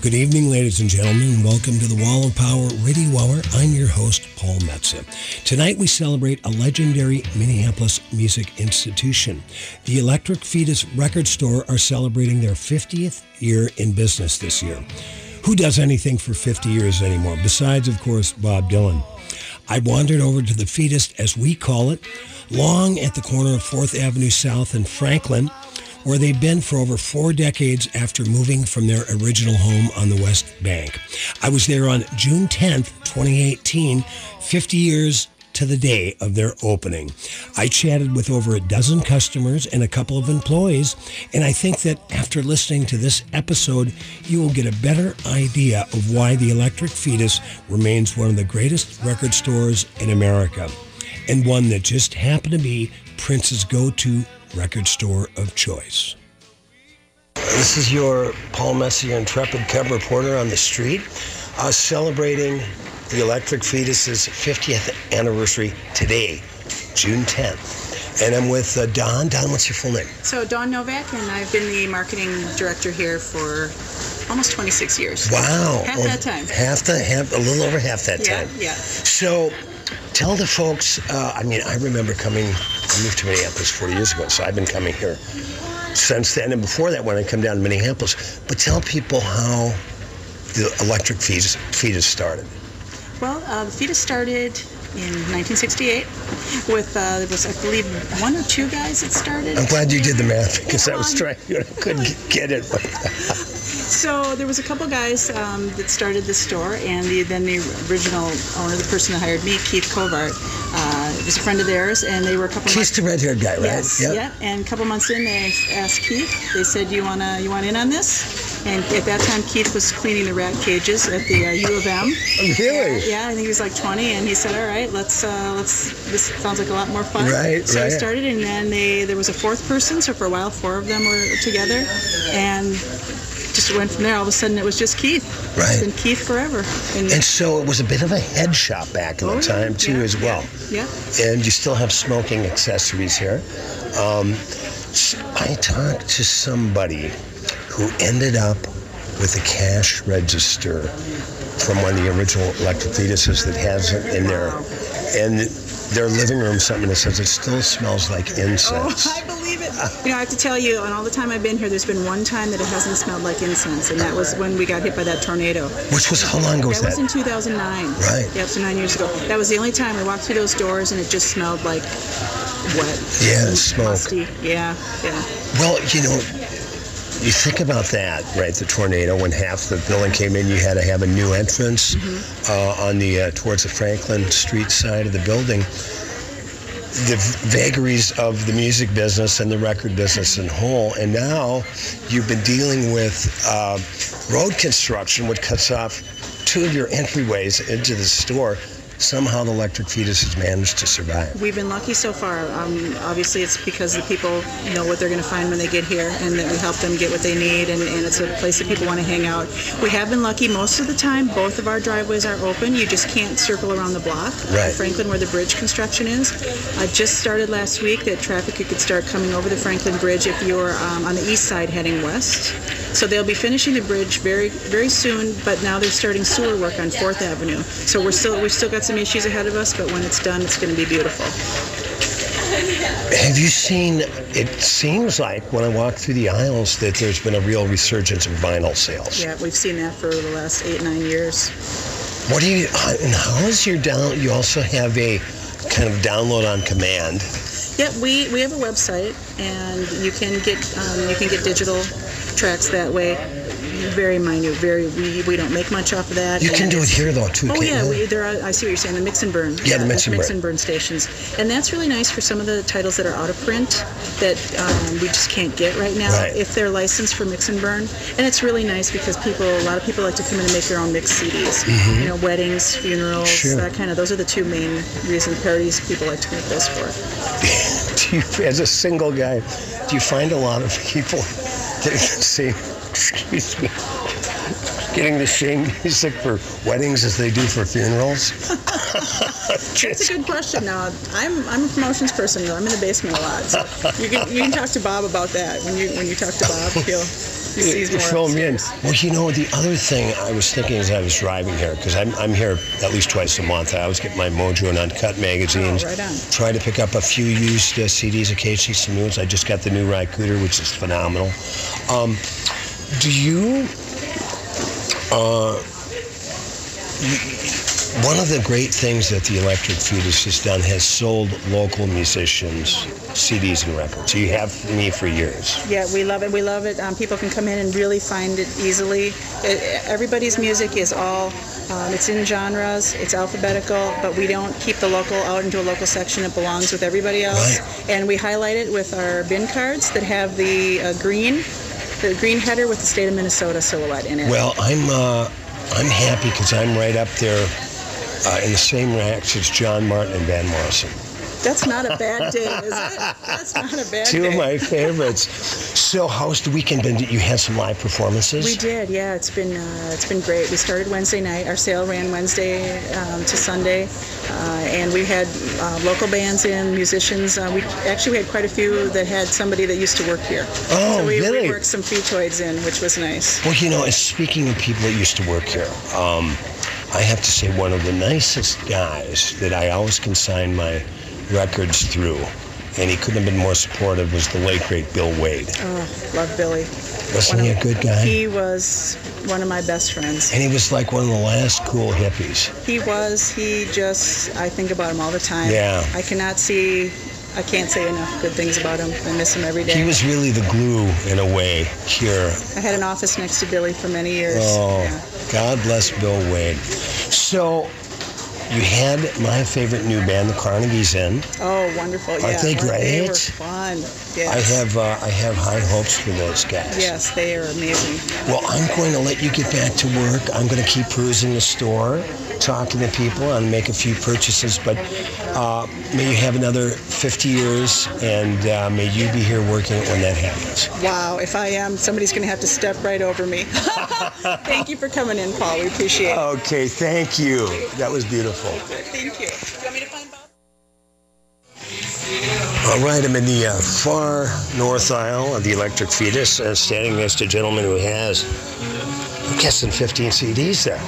Good evening, ladies and gentlemen. Welcome to the Wall of Power Radio Hour. I'm your host, Paul Metza. Tonight, we celebrate a legendary Minneapolis music institution. The Electric Fetus Record Store are celebrating their 50th year in business this year. Who does anything for 50 years anymore, besides, of course, Bob Dylan? I wandered over to the fetus, as we call it, long at the corner of 4th Avenue South and Franklin, where they've been for over four decades after moving from their original home on the West Bank. I was there on June 10th, 2018, 50 years to the day of their opening. I chatted with over a dozen customers and a couple of employees, and I think that after listening to this episode, you will get a better idea of why the Electric Fetus remains one of the greatest record stores in America, and one that just happened to be Prince's go-to record store of choice. This is your Paul Messier Intrepid Cub reporter on the street, uh, celebrating the Electric Fetus's 50th anniversary today, June 10th. And I'm with uh, Don. Don, what's your full name? So Dawn Novak, and I've been the marketing director here for almost 26 years. Wow. Half Well, that time. Half the half, a little over half that Yeah, time. yeah. So, tell the folks. Uh, I mean, I remember coming. I moved to Minneapolis 40 years ago, so I've been coming here since then, and before that, when I come down to Minneapolis. But tell people how the electric fetus, fetus started. Well, uh, the fetus started in 1968 with, uh, there was, I believe, one or two guys that started. I'm glad you did the math because I Come was on. trying. I couldn't get it. So there was a couple guys um, that started the store, and the, then the original owner, the person that hired me, Keith Covart, uh, was a friend of theirs, and they were a couple He's the red-haired guy, right? Yes. Yep. And a couple months in, they asked Keith. They said, "You wanna, you want in on this?" And at that time, Keith was cleaning the rat cages at the uh, U of M. Oh, Really? Yeah, I think he was like 20, and he said, "All right, let's, uh, let's. This sounds like a lot more fun." Right, So I right. started, and then they, there was a fourth person. So for a while, four of them were together, and just went from there. All of a sudden, it was just Keith. Right. It's been Keith forever. And, And so it was a bit of a head shop back in Oh, the yeah, time too, yeah, as well. yeah. and you still have smoking accessories here. Um, s- I talked to somebody who ended up with a cash register from one of the original electric fetuses that has it in there, and their living room something that says it still smells like incense. Oh, I believe it. You know, I have to tell you, and all the time I've been here, there's been one time that it hasn't smelled like incense, and that was when we got hit by that tornado. Which was how long ago was That that? was in 2009. Right. Yep, so nine years ago. That was the only time we walked through those doors and it just smelled like wet, yeah, smoke. musty. Yeah, yeah. Well, you know, you think about that, right? The tornado when half the building came in, you had to have a new entrance uh, on the uh, towards the Franklin Street side of the building. The vagaries of the music business and the record business in whole, and now you've been dealing with uh, road construction, which cuts off two of your entryways into the store. Somehow, the Electric Fetus has managed to survive. We've been lucky so far. Um, obviously, it's because the people know what they're going to find when they get here, and that we help them get what they need, and, and it's a place that people want to hang out. We have been lucky most of the time. Both of our driveways are open. You just can't circle around the block. Right. Franklin, where the bridge construction is, I just started last week that traffic could start coming over the Franklin Bridge if you're um, on the east side heading west. So they'll be finishing the bridge very, very soon. But now they're starting sewer work on Fourth Avenue. So we're still, we've still got some issues ahead of us. But when it's done, it's going to be beautiful. Have you seen? It seems like when I walk through the aisles that there's been a real resurgence of vinyl sales. Yeah, we've seen that for the last eight, nine years. What do you? how- And how is your down? You also have a kind of download on command. Yep, we, we have a website, and you can get um, you can get digital tracks that way. Very minute, very we, we don't make much off of that. You can and do it it's- here though too. Oh can't yeah, you? we, there are, I see what you're saying. The mix and burn. Yeah, the mix and burn. stations, and that's really nice for some of the titles that are out of print that um, we just can't get right now Right. if they're licensed for mix and burn. And it's really nice because people, a lot of people like to come in and make their own mix CDs. You know, weddings, funerals, Mm-hmm. Sure. that kind of. Those are the two main reasons parties people like to make those for. do you, as a single guy, do you find a lot of people that say, excuse me, getting the same music for weddings as they do for funerals? That's a good question. Now, I'm I'm a promotions person though. I'm in the basement a lot. So you can you can talk to Bob about that when you when you talk to Bob. He'll he sees more. Fill of us. me in. Well, you know, the other thing I was thinking as I was driving here, because I'm, I'm here at least twice a month, I always get my Mojo and Uncut magazines. Oh, right on. Try to pick up a few used uh, CDs occasionally, some new ones. I just got the new Rycooter, which is phenomenal. Um, do you. Uh, you- one of the great things that the Electric Fetus has done has sold local musicians CDs and records. You have me for years. Yeah, we love it. We love it. Um, people can come in and really find it easily. It, everybody's music is all. Um, it's in genres. It's alphabetical, but we don't keep the local out into a local section. It belongs with everybody else, and we highlight it with our bin cards that have the uh, green, the green header with the state of Minnesota silhouette in it. Well, I'm uh, I'm happy because I'm right up there uh, in the same ranks as John Martin and Van Morrison. That's not a bad day, is it? That's not a bad Two day. of my favorites. So, how's the weekend been? You had some live performances. we did, yeah. It's been uh, it's been great. We started Wednesday night. Our sale ran Wednesday um, to Sunday, uh, and we had uh, local bands in, musicians. Uh, we actually we had quite a few that had somebody that used to work here. Oh, so we, really? we worked some fetoids in, which was nice. Well, you know, and speaking of people that used to work here, um, I have to say one of the nicest guys that I always consign my records through, and he couldn't have been more supportive, was the late great Bill Wade. Oh, love Billy. Wasn't he a good guy? He was one of my best friends. and he was like one of the last cool hippies. He was. He just. I think about him all the time. Yeah. I cannot see. I can't say enough good things about him. I miss him every day. He was really the glue in a way here. I had an office next to Billy for many years. Oh, Yeah. God bless Bill Wade. So you had my favorite new band, the Carnegie's End. Oh, wonderful. yeah. they They were great? fun. I Yes. have uh, I have high hopes for those guys. Yes, they are amazing. Well, I'm going to let you get back to work. I'm going to keep perusing the store, talking to people, and make a few purchases. But uh, may you have another 50 years, and uh, may you be here working it when that happens. Wow, if I am, somebody's going to have to step right over me. Thank you for coming in, Paul. We appreciate it. Okay, thank you. That was beautiful. Thank you. You want me to find Bob? All right, I'm in the uh, far north aisle of the Electric Fetus, uh, standing next to a gentleman who has, I'm guessing, 15 CDs there.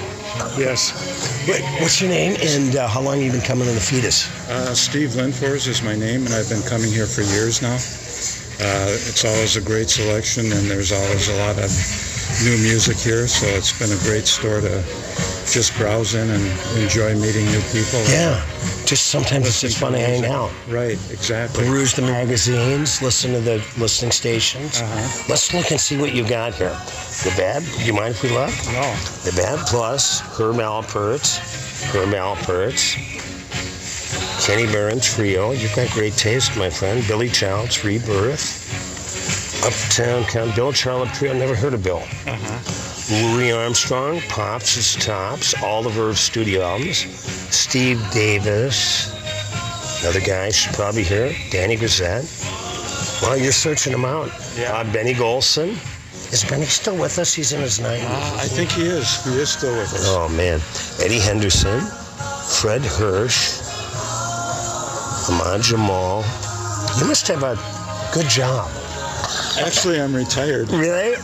Yes. Wait, what's your name and uh, how long you been coming to the Fetus? Uh, Steve Lindfors is my name, and I've been coming here for years now. Uh, it's always a great selection, and there's always a lot of new music here, so it's been a great store to just browse in and enjoy meeting new people. Yeah, just sometimes it's just fun to hang out. Right, exactly. Peruse the magazines, listen to the listening stations. Uh-huh. Let's look and see what you got here. The Bad, you mind if we look? No. The Bad Plus, Herb Alpert's, Herb Alpert's, Kenny Barron Trio. You've got great taste, my friend. Billy Childs, Rebirth, Uptown Count, Bill Charlotte Trio. Never heard of Bill. Uh-huh. Louis Armstrong, Pops is Tops, Oliver of Studio Albums, Steve Davis, another guy should probably hear, Danny Grisette. Well, you're searching him out. Yeah. Uh, Benny Golson. Is Benny still with us? He's in his 90s. Uh, I think he is. He is still with us. Oh man, Eddie Henderson, Fred Hirsch, Ahmad Jamal. You must have a good job, Actually, I'm retired. really?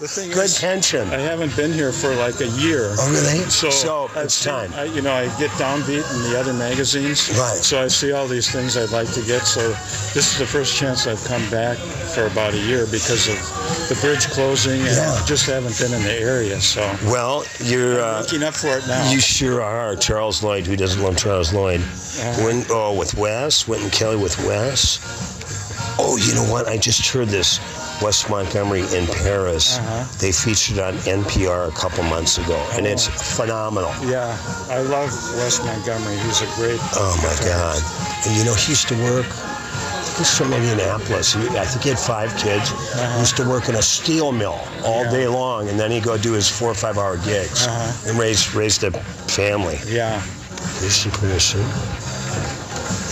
The thing good is, pension. I haven't been here for like a year. oh really? So, I've it's seen- time. I, you know, I get downbeat in the other magazines. Right. So I see all these things I'd like to get. So this is the first chance I've come back for about a year because of the bridge closing and Yeah. just haven't been in the area. So Well, you're. Uh, looking up for it now. you sure are. Charles Lloyd, who doesn't love Charles Lloyd? Win, oh, with Wes, Wynton Kelly with Wes. Oh, you know what? I just heard this. Wes Montgomery in Paris. Uh-huh. They featured on NPR a couple months ago, and Oh. it's phenomenal. yeah, I love Wes Montgomery. He's a great. Oh my God! And you know he used to work. He's from Indianapolis. He, I think he had five kids. He used to work in a steel mill all day long, and then he'd go do his four or five hour gigs and raise raised a family. Yeah. Jason Pearson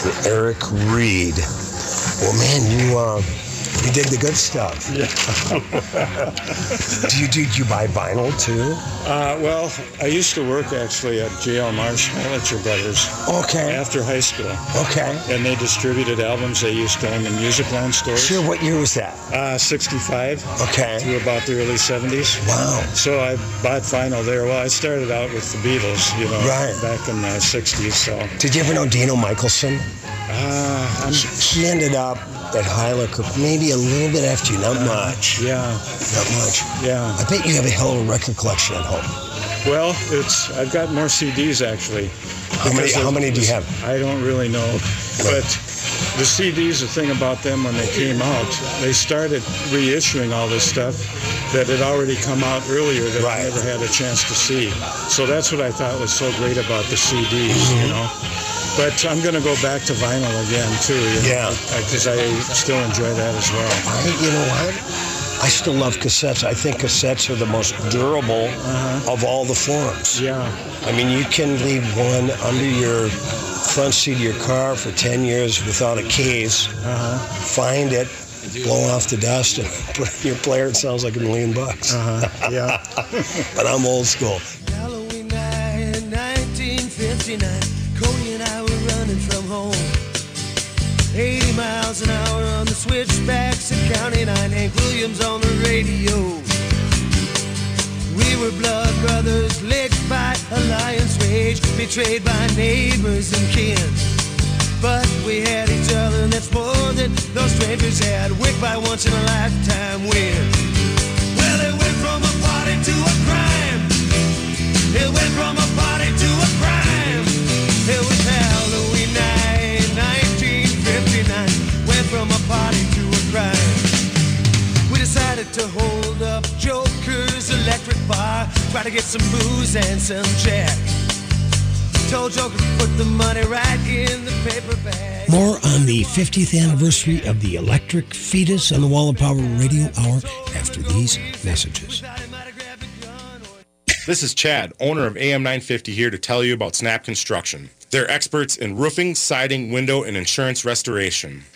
and Eric Reed. Well, man, you uh, you You dig the good stuff. do you do you buy vinyl too? Uh, well, I used to work actually at J.L. Marsh Manager Brothers Okay. after high school, Okay. and they distributed albums. They used them in music line stores. Sure. What year was that? Uh, 65 Okay. through about the early 70s. Wow. So I bought vinyl there. Well, I started out with the Beatles, you know, Right. back in the 60s. So Did you ever know Dino Michelson? uh, I'm, He ended up at Heiler, maybe a little bit after you, not much, yeah, not much. yeah. I bet you have a hell of a record collection at home. Well, it's I've got more CDs actually. How many? Because of How many do you this- have? I don't really know, but the CDs. The thing about them when they came out, they started reissuing all this stuff that had already come out earlier that Right. I never had a chance to see. So that's what I thought was so great about the CDs, you Mm-hmm. know. But I'm going to go back to vinyl again too. You Yeah. Because I still enjoy that as well. I, you know what? I still love cassettes. I think cassettes are the most durable of all the forms. Uh-huh. Yeah. I mean, you can leave one under your front seat of your car for 10 years without a case, Uh-huh. find it, blow off the dust, and put it in your player. It sounds like a million bucks. Uh-huh. Yeah. But I'm old school. Halloween night, 1959. Cody and I were running from home. 80 miles an hour on the switchbacks at County 9. Hank Williams on the radio. We were blood brothers, licked by a lion's rage, betrayed by neighbors and kin. But we had each other, and that's more than those strangers had. Wick by once in a lifetime win. Well, it went from a party to a crime. It went from a party to a crime. It was Halloween night, 1959. Went from a party to a crime. We decided to hold up Joker's electric bar, try to get some booze and some jack. Told Joker to put the money right in the paper bag. More on the 50th anniversary of the Electric Fetus on the Wall of Power Radio Hour after these messages. Thought he might have grabbed a gun or- This is Chad, owner of AM 950 here to tell you about Snap Construction. They're experts in roofing, siding, window, and insurance restoration.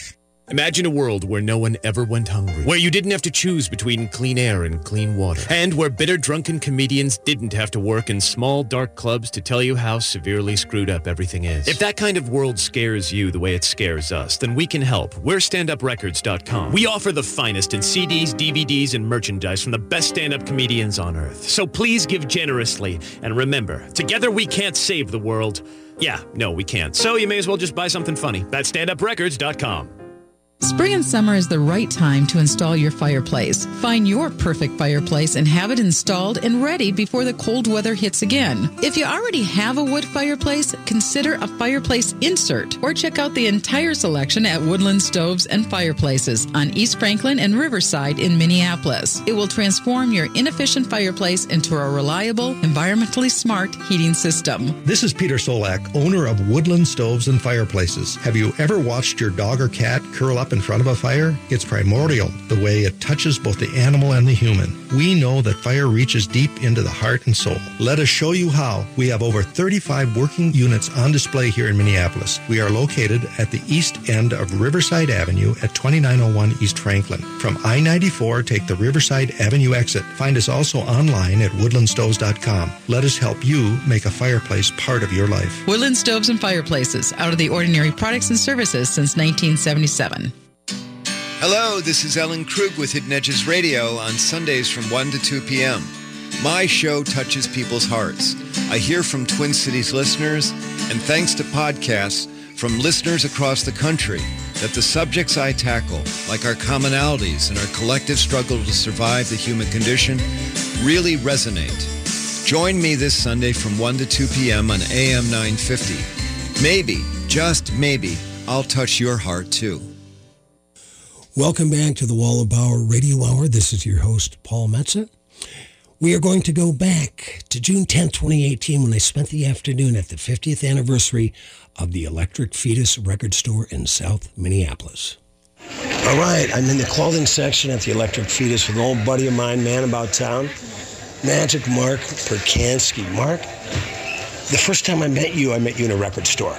Imagine a world where no one ever went hungry, where you didn't have to choose between clean air and clean water, and where bitter drunken comedians didn't have to work in small dark clubs to tell you how severely screwed up everything is. If that kind of world scares you the way it scares us, then we can help. We're standuprecords.com. We offer the finest in CDs, DVDs, and merchandise from the best stand-up comedians on earth. So please give generously, and remember, together we can't save the world. Yeah, no, we can't. So you may as well just buy something funny. That's standuprecords.com. Spring and summer is the right time to install your fireplace. Find your perfect fireplace and have it installed and ready before the cold weather hits again. If you already have a wood fireplace, consider a fireplace insert or check out the entire selection at Woodland Stoves and Fireplaces on East Franklin and Riverside in Minneapolis. It will transform your inefficient fireplace into a reliable, environmentally smart heating system. This is Peter Solak, owner of Woodland Stoves and Fireplaces. Have you ever watched your dog or cat curl up in front of a fire? It's primordial, the way it touches both the animal and the human. We know that fire reaches deep into the heart and soul. Let us show you how. We have over 35 working units on display here in Minneapolis. We are located at the east end of Riverside Avenue at 2901 East Franklin. From I 94, take the Riverside Avenue exit. Find us also online at woodlandstoves.com. Let us help you make a fireplace part of your life. Woodland Stoves and Fireplaces, out of the ordinary products and services since 1977. Hello, this is Ellen Krug with Hidden Edges Radio on Sundays from 1 to 2 p.m. My show touches people's hearts. I hear from Twin Cities listeners, and thanks to podcasts from listeners across the country, that the subjects I tackle, like our commonalities and our collective struggle to survive the human condition, really resonate. Join me this Sunday from 1 to 2 p.m. on AM 950. Maybe, just maybe, I'll touch your heart too. Welcome back to the Wall of Power Radio Hour. This is your host, Paul Metzen. We are going to go back to June 10, 2018, when I spent the afternoon at the 50th anniversary of the Electric Fetus record store in South Minneapolis. All right, I'm in the clothing section at the Electric Fetus with an old buddy of mine, man about town, Magic Mark Perkansky. Mark, the first time I met you, I met you in a record store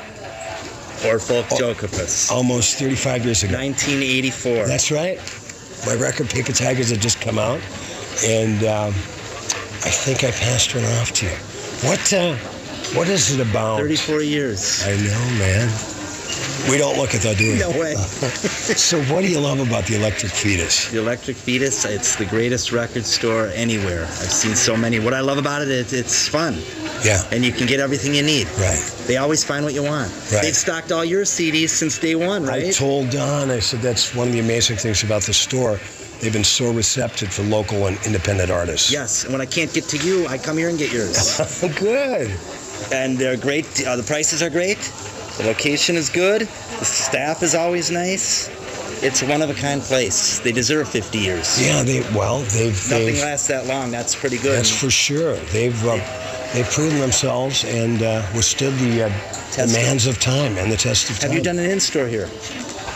Or folk Jokopus. almost 35 years ago. 1984. That's right. My record, Paper Tigers, had just come out, and um, I think I passed one off to you. What uh, What is it about? 34 years. I know, man. We don't look at that, do we? No way. so, what do you love about the Electric Fetus? The Electric Fetus, it's the greatest record store anywhere. I've seen so many. What I love about it, it it's fun. Yeah. And you can get everything you need. Right. They always find what you want. Right. They've stocked all your CDs since day one, right? I told Don, I said that's one of the amazing things about the store. They've been so receptive for local and independent artists. yes. And when I can't get to you, I come here and get yours. Good. and they're great. Uh, the prices are great. The location is good. The staff is always nice. It's a one of a kind place. They deserve 50 years. Yeah, they well, they've Nothing they've, lasts that long. That's pretty good. That's for sure. They've uh, they've proven themselves and uh, withstood the uh, Test. demands of time and the test of time. Have you done an in store here?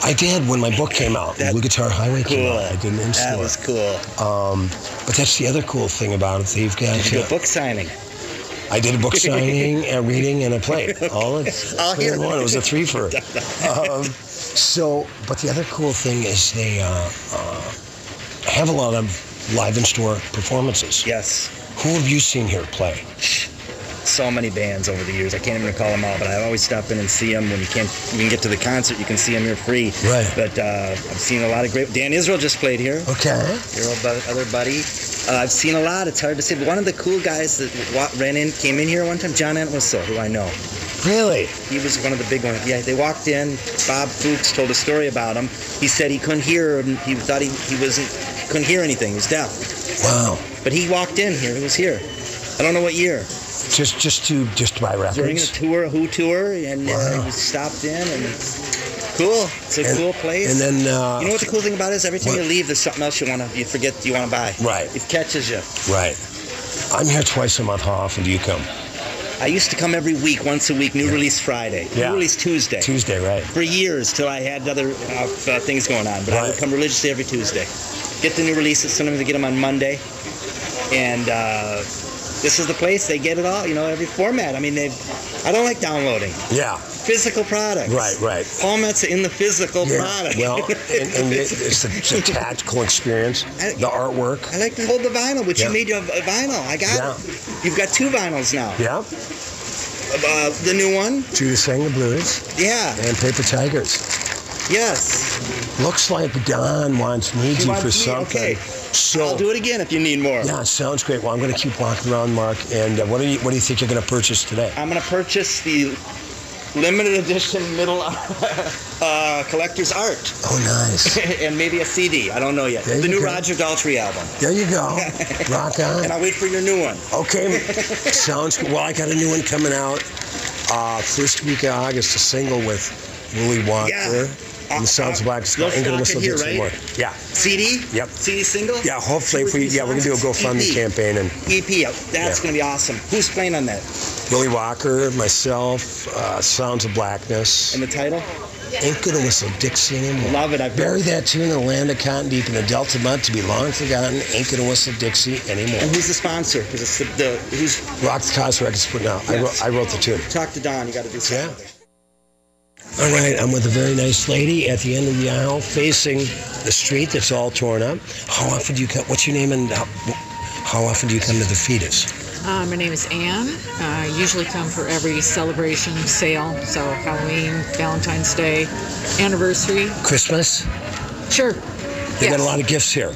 I did when my book came out. That- Blue Guitar Highway came Cool. out. I did an That in-store. was cool. um, but that's the other cool thing about it. They've got. Did you do uh, a book signing? I did a book signing, a reading, and a play. All in all in here. one. It was a threefer. um, so, but the other cool thing is they uh, uh, have a lot of live in store performances. Yes. Who have you seen here play? So many bands over the years. I can't even recall them all, but I always stop in and see them when you can't. You can get to the concert. You can see them here free. Right. But uh, I've seen a lot of great. Dan Israel just played here. Okay. Your old bu- other buddy. Uh, I've seen a lot. It's hard to say. But one of the cool guys that wa- ran in came in here one time. John Entwistle, who I know. Really? He was one of the big ones. Yeah, they walked in. Bob Fuchs told a story about him. He said he couldn't hear him. He thought he, he wasn't couldn't hear anything. He was deaf. Wow. But he walked in here. He was here. I don't know what year. Just just to just to buy During a records. tour, a Who tour, and uh, Wow. he was stopped in. And cool. It's a And- cool place. And then uh, you know what the cool thing about it is? Every time What? you leave, there's something else you want to. You forget you want to buy. Right. It catches you. right. I'm here twice a month. How often do you come? I used to come every week, once a week, new release Friday, Yeah. new release Tuesday. Tuesday, right? For years, till I had other uh, uh, things going on, but I Right. would come religiously every Tuesday. Get the new releases, sometimes I get them on Monday, and uh, this is the place they get it all. You know, every format. I mean, they. I don't like downloading Yeah. physical products. Right. Right. Paul Metz in the physical Yeah, product. Well, and, and it, it's, the, it's the tactical experience, the artwork. I like to hold the vinyl, which Yeah. you made of uh, vinyl. I got it. You've got two vinyls now. Yeah. Uh, the new one. Judas sang the blues Yeah. and Paper Tigers. Yes. Looks like Don wants needs He you wants for me, something. okay. So I'll do it again if you need more. yeah, sounds great. Well, I'm going to keep walking around, Mark. And uh, what do you what do you think you're going to purchase today? I'm gonna purchase the limited edition middle uh, collector's art Oh, nice. and maybe a CD. I don't know yet. There the you new go. Roger Daltrey album. There you go. Rock on. And I'll wait for your new one. Okay, sounds good. Well, I got a new one coming out uh, first week of August, a single with Willie Walker Yeah. Uh, and the Sounds of Black Sky. You'll Ingrid stock it Whistle here, Dixie right? Moore. Yeah, CD? Yep. CD single? yeah. Hopefully, if Two or we three yeah, we're gonna do a songs? GoFundMe EP. campaign and EP. out. E That's Yeah. gonna be awesome. Who's playing on that? Willie Walker, myself, uh, Sounds of Blackness. And the title? Ain't gonna whistle Dixie anymore. Love it. I've Bury that tune in the land of cotton deep in the Delta mud to be long forgotten. Ain't gonna whistle Dixie anymore. And who's the sponsor? Is it's the, the who's Rock the Cause Records put now. I, wrote, Yes. I wrote the tune. talk to Don? You got to do something. Yeah. with it. All right, I'm with a very nice lady at the end of the aisle facing the street that's all torn up. How often do you come? What's your name and how, how often do you come to the fetus? Uh, my name is Anne. Uh, I usually come for every celebration, sale, so Halloween, Valentine's Day, anniversary. Christmas? Sure. They got a lot of gifts here.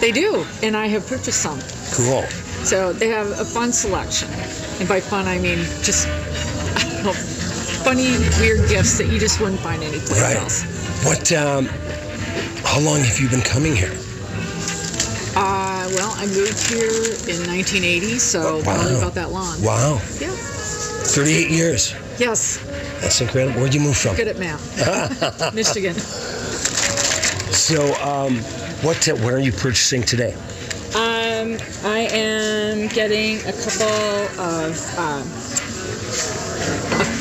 They do, and I have purchased some. Cool. So they have a fun selection. And by fun, I mean just I don't know, funny, weird gifts that you just wouldn't find anyplace Right. else. What? Um, how long have you been coming here? Uh, well, I moved here in 1980, so probably Wow. about that long. Wow, Yeah. 38 years. Yes. That's incredible. Where'd you move from? Good at math. Michigan. So, um, what? Uh, what are you purchasing today? Um, I am getting a couple of um,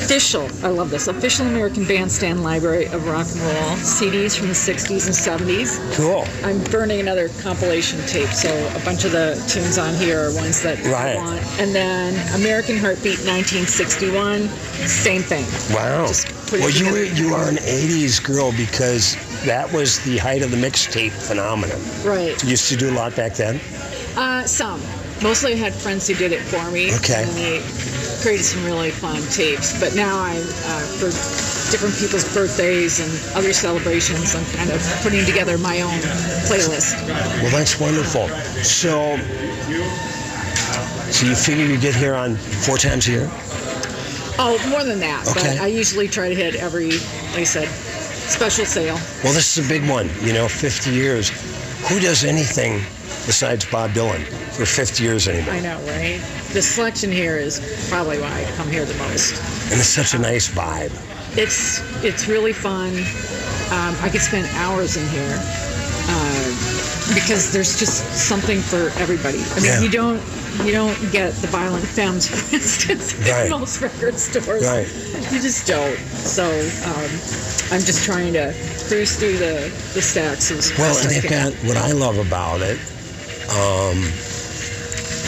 official, I love this, official American Bandstand Library of Rock and Roll CDs from the 60s and 70s. Cool. I'm burning another compilation tape, so a bunch of the tunes on here are ones that Right. I want. And then American Heartbeat 1961, same thing. Wow. put it Well, you together. were, you are an 80s girl because that was the height of the mixtape phenomenon. Right. You used to do a lot back then. Uh, some. Mostly I had friends who did it for me. Okay. And they created some really fun tapes. But now I'm, uh, for different people's birthdays and other celebrations, I'm kind of putting together my own playlist. Well, that's wonderful. So, so you figure you get here on four times a year? Oh, more than that. Okay. But I usually try to hit every, like I said, special sale. Well, this is a big one. You know, 50 years. Who does anything besides Bob Dylan for 50 years anymore? I know, right? The selection here is probably why I come here the most. And it's such a nice vibe. It's it's really fun. Um, I could spend hours in here uh, because there's just something for everybody. I mean, Yeah. you don't you don't get the violent femmes, for instance, Right. in most record stores. Right. You just don't. So um, I'm just trying to cruise through the the stacks as Well, best and I they've can. got what I love about it. Um,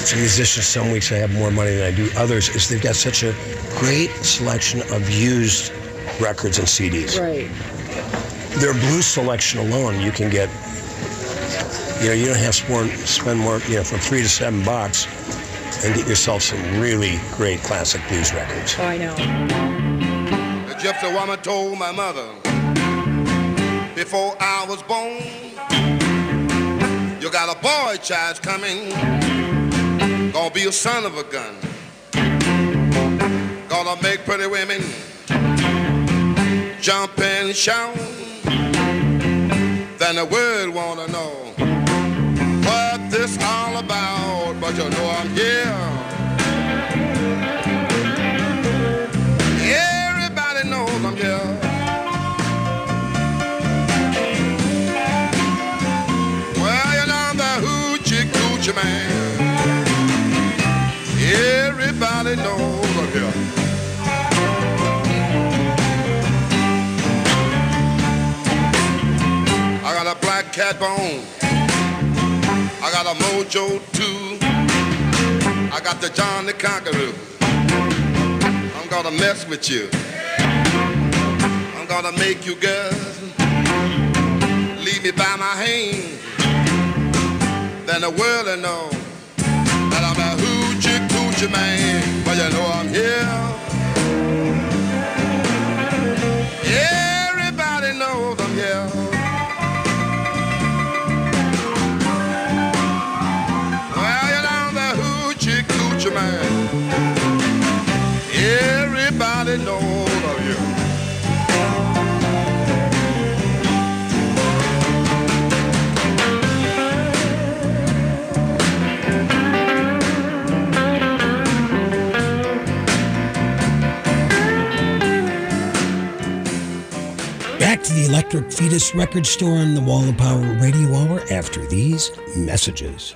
as a musician, some weeks I have more money than I do others. Is they've got such a great selection of used records and CDs. right. Their blue selection alone, you can get. You know, you don't have to spend- spend more. You know, from three to seven bucks, and get yourself some really great classic blues records. Oh, I know. The gypsy woman told my mother before I was born, you got a boy child coming, gonna be a son of a gun, gonna make pretty women jump and shout. Then the world wanna know what this all about, but you know I'm here. Everybody knows I'm here. Well, you know I'm the hoochie coochie man. Everybody knows I'm here. I got a black cat bone. I got a mojo too. I got the John the Conqueror. I'm gonna mess with you. I'm gonna make you girls leave me by my hand. Then the world will know that I'm a hoochie coochie man. But you know I'm here. Everybody knows I'm here. Well, you know I'm the hoochie coochie man. Everybody knows of you. Back to the Electric Fetus Record Store on the Wall of Power Radio Hour after these messages.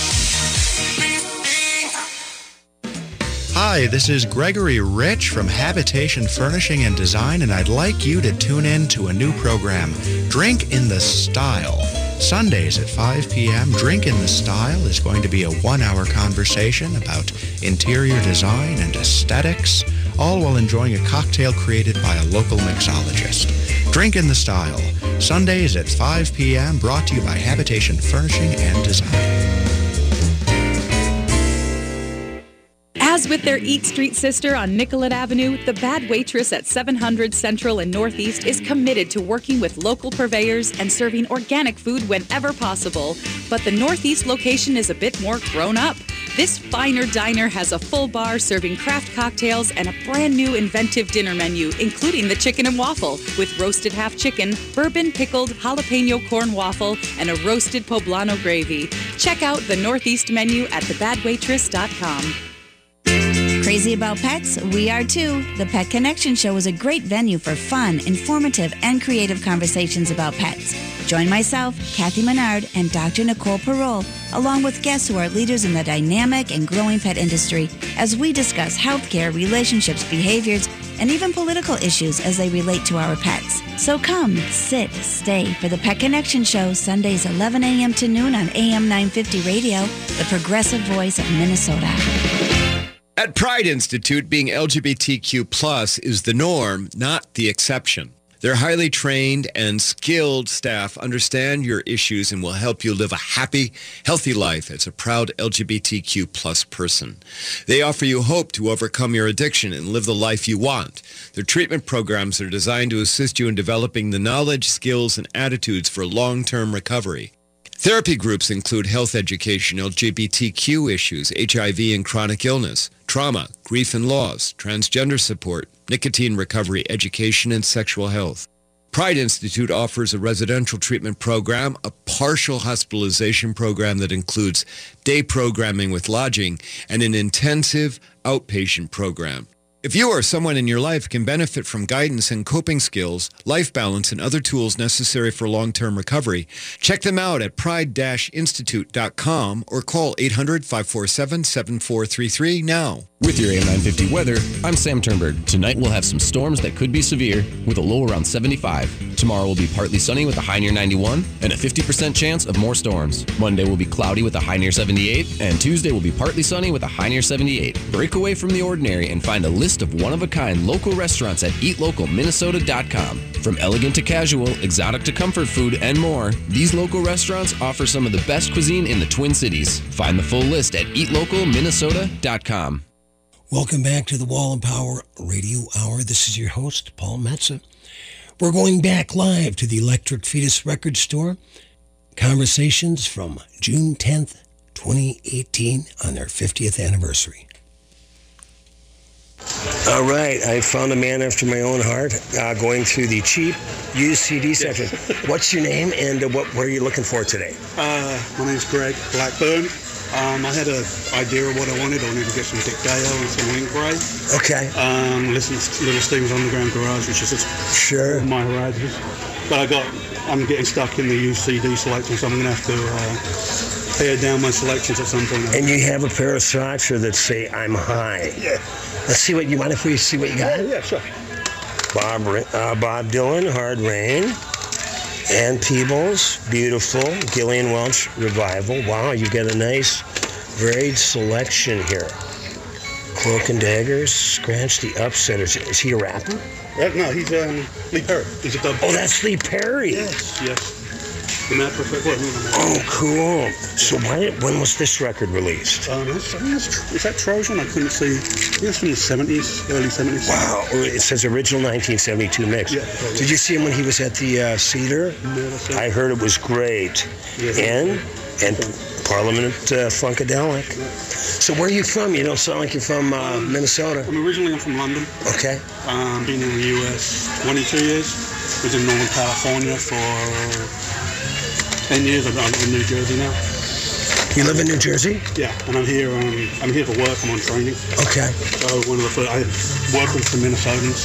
Hi, this is Gregory Rich from Habitation Furnishing and Design, and I'd like you to tune in to a new program, Drink in the Style. Sundays at 5 p.m., Drink in the Style is going to be a one-hour conversation about interior design and aesthetics, all while enjoying a cocktail created by a local mixologist. Drink in the Style, Sundays at 5 p.m., brought to you by Habitation Furnishing and Design. As with their Eat Street sister on Nicollet Avenue, the Bad Waitress at 700 Central and Northeast is committed to working with local purveyors and serving organic food whenever possible. But the Northeast location is a bit more grown up. This finer diner has a full bar serving craft cocktails and a brand new inventive dinner menu, including the chicken and waffle with roasted half chicken, bourbon pickled jalapeno corn waffle, and a roasted poblano gravy. Check out the Northeast menu at thebadwaitress.com. Crazy about pets? We are too. The Pet Connection Show is a great venue for fun, informative, and creative conversations about pets. Join myself, Kathy Menard, and Dr. Nicole Parole, along with guests who are leaders in the dynamic and growing pet industry, as we discuss healthcare, relationships, behaviors, and even political issues as they relate to our pets. So come, sit, stay for the Pet Connection Show, Sundays 11 a.m. to noon on AM 950 Radio, the progressive voice of Minnesota. At Pride Institute, being LGBTQ plus is the norm, not the exception. Their highly trained and skilled staff understand your issues and will help you live a happy, healthy life as a proud LGBTQ plus person. They offer you hope to overcome your addiction and live the life you want. Their treatment programs are designed to assist you in developing the knowledge, skills, and attitudes for long-term recovery. Therapy groups include health education, LGBTQ issues, HIV and chronic illness, trauma, grief and loss, transgender support, nicotine recovery education, and sexual health. Pride Institute offers a residential treatment program, a partial hospitalization program that includes day programming with lodging, and an intensive outpatient program. If you or someone in your life can benefit from guidance and coping skills, life balance, and other tools necessary for long-term recovery, check them out at pride-institute.com or call 800-547-7433 now. With your AM 950 weather, I'm Sam Turnberg. Tonight we'll have some storms that could be severe with a low around 75. Tomorrow will be partly sunny with a high near 91 and a 50% chance of more storms. Monday will be cloudy with a high near 78 and Tuesday will be partly sunny with a high near 78. Break away from the ordinary and find a list of one-of-a-kind local restaurants at eatlocalminnesota.com. From elegant to casual, exotic to comfort food, and more, these local restaurants offer some of the best cuisine in the Twin Cities. Find the full list at eatlocalminnesota.com. Welcome back to the Wall of Power Radio Hour. This is your host, Paul Metza. We're going back live to the Electric Fetus Record Store. Conversations from June 10th, 2018, on their 50th anniversary. All right, I found a man after my own heart uh, going through the cheap used CD section. What's your name and uh, what, what are you looking for today? Uh, my name's Greg Blackburn. Um, I had an idea of what I wanted. I wanted to get some Dick Dale and some Link Ray. Okay. Um, listen to Little Steve's Underground Garage, which is just sure. my horizons. But I got, I'm getting stuck in the UCD selection, so I'm going to have to uh, pare down my selections at some point. And you have a pair of sriracha that say I'm high. Yeah. Let's see what you mind if we see what you got. Yeah, yeah sure. Bob uh, Bob Dylan, Hard Rain. Ann Peebles, beautiful. Gillian Welch, Revival. Wow, you get a nice varied selection here. Cloak and Daggers, Scratch the Upsetters. Is he a rapper? Right, no, he's um, Lee Perry. He's a dub. Oh, that's Lee Perry. Yes, yes. The map perfect one. Oh, cool. So why, when was this record released? Um, that's, I think that's, is that Trojan? I couldn't see. Yes, from the 70s, early 70s. Wow, or it says original 1972 mix. Yeah, totally. Did you see him when he was at the uh, Cedar? Never seen I heard it was great. Yeah. And and Parliament uh, Funkadelic. So where are you from? You don't sound like you're from uh, Minnesota. I'm originally I'm from London. Okay. Um, been in the US 22 years. Was in Northern California for 10 years. I live in New Jersey now. You live in New Jersey? Yeah, and I'm here. Um, I'm here for work. I'm on training. Okay. So Uh, one of the first, I work with some Minnesotans.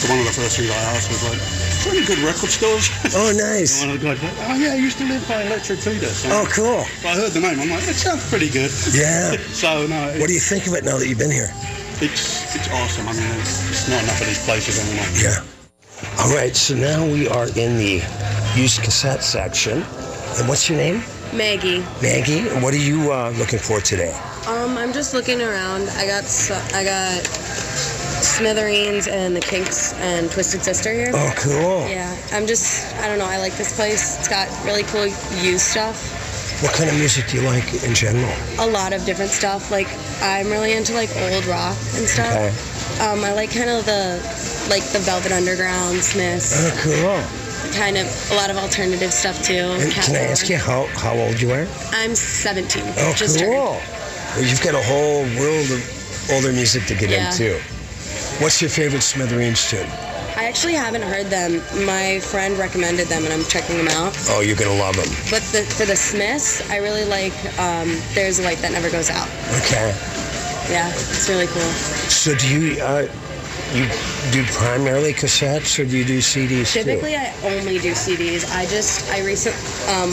So one of the first things I asked was like, "Is there any good record stores?" Oh, nice. And one of the guys like, "Oh yeah, I used to live by Electric Fetus." Oh, cool. I heard the name. I'm like, "It sounds pretty good." Yeah. so no. What do you think of it now that you've been here? It's it's awesome. I mean, it's, it's not enough of these places anymore. Yeah. All right. So now we are in the used cassette section. And what's your name? Maggie. Maggie. What are you uh, looking for today? Um, I'm just looking around. I got so, I got Smithereens and the Kinks and Twisted Sister here. Oh, cool. Yeah, I'm just I don't know. I like this place. It's got really cool used stuff. What kind of music do you like in general? A lot of different stuff. Like I'm really into like old rock and stuff. Okay. Um, I like kind of the like the Velvet Underground, Smiths. Oh, cool. Kind of a lot of alternative stuff too. And Cat can I Power. ask you how, how old you are? I'm 17. Oh, just cool. turned. Well, you've got a whole world of older music to get Yeah. into. What's your favorite Smithereens tune? I actually haven't heard them. My friend recommended them, and I'm checking them out. Oh, you're gonna love them. But the, for the Smiths, I really like um, "There's a Light That Never Goes Out." Okay. Yeah, it's really cool. So do you uh, you do primarily cassettes or do you do CDs Typically, too? I only do CDs. I just I recent um,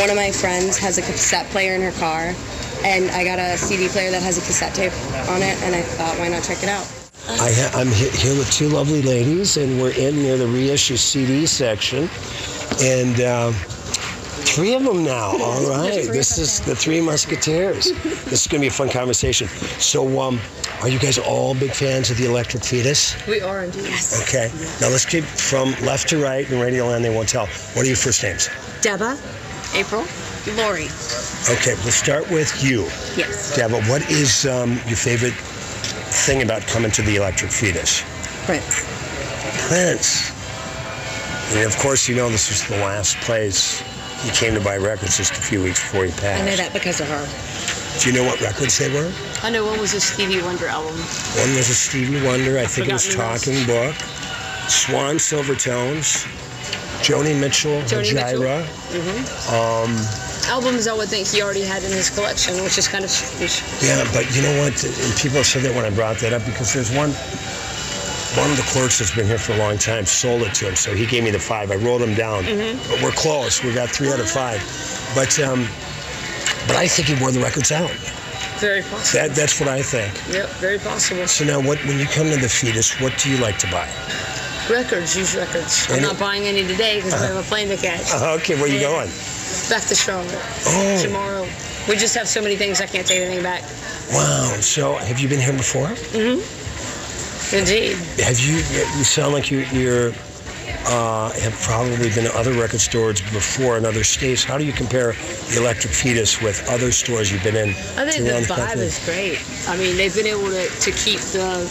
one of my friends has a cassette player in her car, and I got a CD player that has a cassette tape on it, and I thought, why not check it out? I ha- I'm he- here with two lovely ladies, and we're in near the reissue CD section, and uh, three of them now. All right, this is the Three Musketeers. this is going to be a fun conversation. So, um, are you guys all big fans of the Electric Fetus? We are indeed. Yes. Okay, now let's keep from left to right and radio land. They won't tell. What are your first names? Deba, April, Lori. Okay, we'll start with you. Yes. Debra, what is um, your favorite thing about coming to the Electric Fetus? Prince. Prince. And of course, you know this was the last place he came to buy records just a few weeks before he I know passed. that because of her. Do you know what records they were? I know one was a Stevie Wonder album. One was a Stevie Wonder, I think it was Forgotten Talking Book, Swan Silvertones, Joni Mitchell, Joni Mitchell. Gyra. Mm-hmm. Um, Albums I would think he already had in his collection, which is kind of strange. Yeah, but you know what? And people said that when I brought that up because there's one one of the clerks that's been here for a long time sold it to him, so he gave me the five. I rolled them down, Mhm. but we're close. We got three out of five, but um, but I think he wore the records out. Very possible. That that's what I think. Yep, very possible. So now, what when you come to the fetus, what do you like to buy? Records, use records. I'm Any- not buying any today because I have a plane to catch. Uh, okay, where you Yeah. going? Back to Charlotte Oh. tomorrow. We just have so many things I can't take anything back. Wow. So have you been here before? Mm-hmm. Indeed. Have you? You sound like you you're. Uh, have probably been to other record stores before in other states. How do you compare the Electric Fetus with other stores you've been in? I think around the vibe country? is great. I mean, they've been able to, to keep the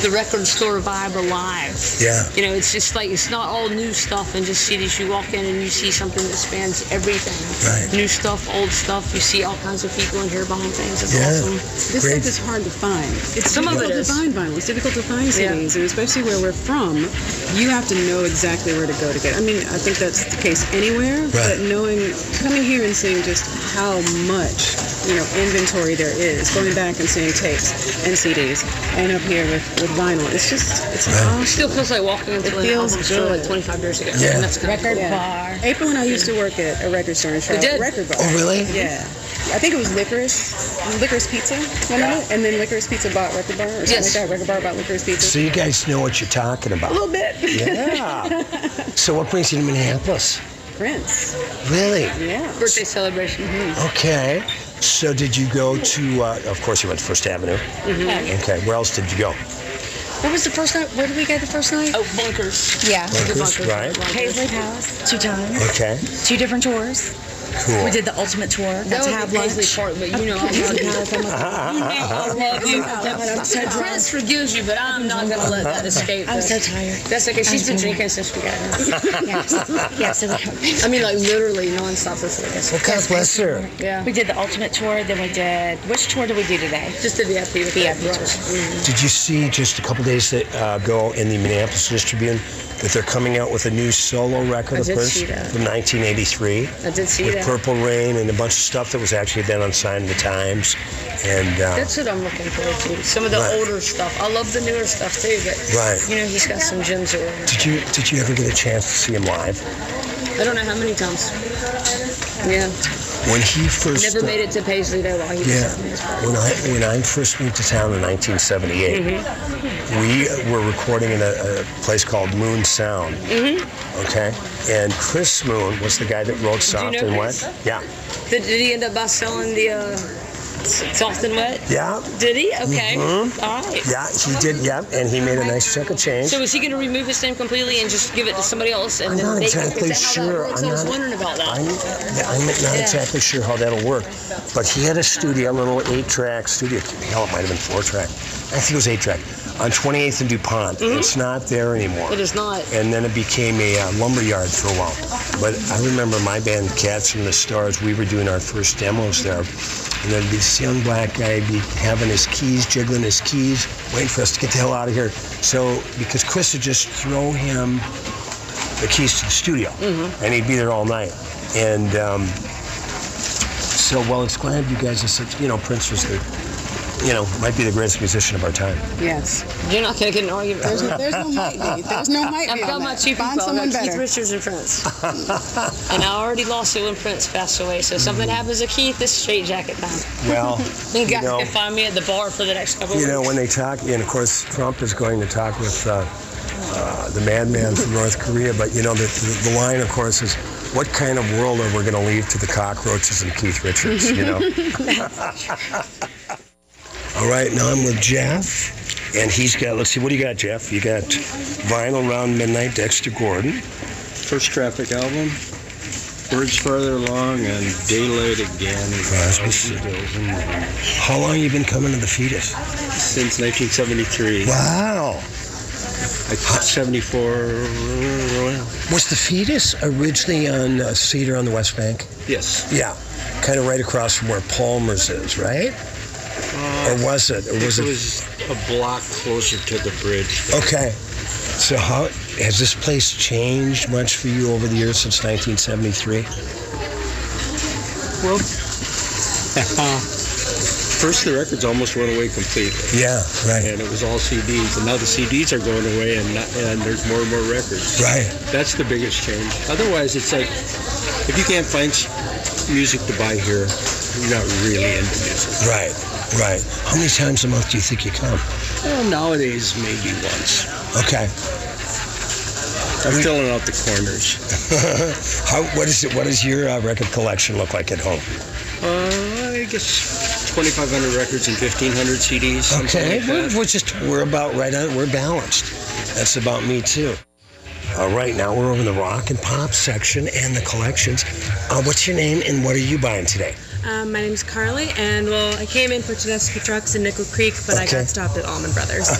the record store vibe alive. Yeah. You know, it's just like it's not all new stuff and just CDs. You walk in and you see something that spans everything. Right. New stuff, old stuff. You see all kinds of people in here buying things. It's Yeah. awesome. This Great. stuff is hard to find. It's Some of difficult it to is. find vinyl. It's difficult to find CDs, Yeah. and especially where we're from, you have to know exactly where to go to get. I mean, I think that's the case anywhere, Right. but knowing, coming here and seeing just how much you know inventory there is, going back and seeing tapes and CDs, and up here with, with vinyl, it's just it's It awesome. still feels like walking into It an feels album store like good. 25 years ago. Yeah. And that's kind of cool. Yeah. April and I used to work at a record store in Charlotte. did? Record bar. Oh, really? Yeah. I think it was Licorice, Licorice Pizza, wasn't it? And then Licorice Pizza bought Record Bar, or something Yes. like that. Record Bar bought Licorice Pizza. So you guys know what you're talking A about. little bit. Yeah. so what brings you to Minneapolis? Prince. Really? Yeah. Birthday celebration. Oh, Okay. So did you go to? Uh, of course, you went to First Avenue. Mhm. Okay. Where else did you go? What was the first night? Where did we go the first night? Oh, Bunkers. Yeah. Bunkers, right. Paisley Palace, two times. Okay. Two different tours. Cool. We did the ultimate tour. That Got to was have the lunch. Uh-huh. Paisley part, but you know, I'm not- Prince forgives you, but I'm not gonna let that escape. I'm us. so tired. That's okay. She's I'm been tired. drinking since we got here. Yes. Yes, it was. I mean, like literally nonstop this week. Well, God bless her. Yeah. We did the ultimate tour. Then we did. Which tour did we do today? Just the VIP. With VIP the tour. Did you see just a couple days that, uh, ago in the Minneapolis Tribune that they're coming out with a new solo record I of did Prince see that. from 1983? I did see with that. Purple Rain and a bunch of stuff that was actually then on Sign of the Times. And uh, That's what I'm looking forward to. Some of the Right. older stuff. I love the newer stuff too, but Right. you know, he's got some gems around. did you did you ever get a chance to see him live? I don't know how many times. Yeah. When he first uh, Never made it to Paisleyville while he was Yeah. on his When I when I first moved to town in 1978, Mm-hmm. we were recording in a, a place called Moon Sound. Mm-hmm. Okay, and Chris Moon was the guy that wrote Soft know and Chris? Wet. Yeah, Did, did he end up by selling the uh, s- soft and wet? yeah, Did he? Okay. Mhm. All right. yeah. He did. Yeah, and he made a nice chunk of change. So is he going to remove his name completely and just give it to somebody else? And I'm then not they exactly is that how sure. That works? I'm I was not- wondering about that. Yeah, I'm not Yeah. exactly sure how that'll work, but he had a studio, a little eight-track studio. Hell, it might have been four-track. I think it was eight-track on 28th and Dupont. Mhm. It's not there anymore. It is not. And then it became a uh, lumber yard for a while. But I remember my band, Cats from the Stars, we were doing our first demos there. And there'd be this young black guy be having his keys, jiggling his keys, waiting for us to get the hell out of here. So, because Chris would just throw him the keys to the studio, and he'd be there all night. And um, so, well, it's glad you guys are such, you know, Prince was the, you know, might be the greatest musician of our time. Yes. You're not going to get an argument. There's no- there's no might be. There's no might I've be got on my that. two Find people. someone I've got Keith better. Richards and Prince. and I already lost it when Prince passed away. So if Mm. something happens to Keith, this straight jacket time. Well, You you guys know- can find me at the bar for the next couple You of know, weeks. when they talk, and of course, Trump is going to talk with uh, uh, the madman from North Korea, but you know, the, the, the line, of course, is what kind of world are we going to leave to the cockroaches and Keith Richards, you know? All right, now I'm with Jeff, and he's got, let's see, what do you got, Jeff? You got Vinyl Round Midnight, Dexter Gordon. First Traffic album, Birds Further Along, and Daylight Again. Crosby, Stills, and Nash. How long you been coming to the fetus? Since 1973. Wow. I 74. Was the fetus originally on uh, Cedar on the West Bank? Yes. Yeah, kind of right across from where Palmer's is, right? Uh, or was it? I Or think was it? a block closer to the bridge. Okay. So how has this place changed much for you over the years since 1973? Well, first the records almost went away completely. Yeah, right. And it was all CDs, and now the CDs are going away, and not, and there's more and more records. Right. That's the biggest change. Otherwise, it's like if you can't find s- music to buy here, you're not really into music. Right, right. How many times a month do you think you come? Well, nowadays maybe once. Okay. I'm filling out the corners. how, what is it? What does your uh, record collection look like at home? Uh, I guess 2,500 records and 1,500 CDs. something Okay, like we're, that. we're just we're about right on. We're balanced. That's about me too. All right, now we're over in the rock and pop section and the collections. Uh, what's your name and what are you buying today? Um, my name's Carly, and well, I came in for Tedeschi Trucks in Nickel Creek, but I Okay. got stopped at Almond Brothers.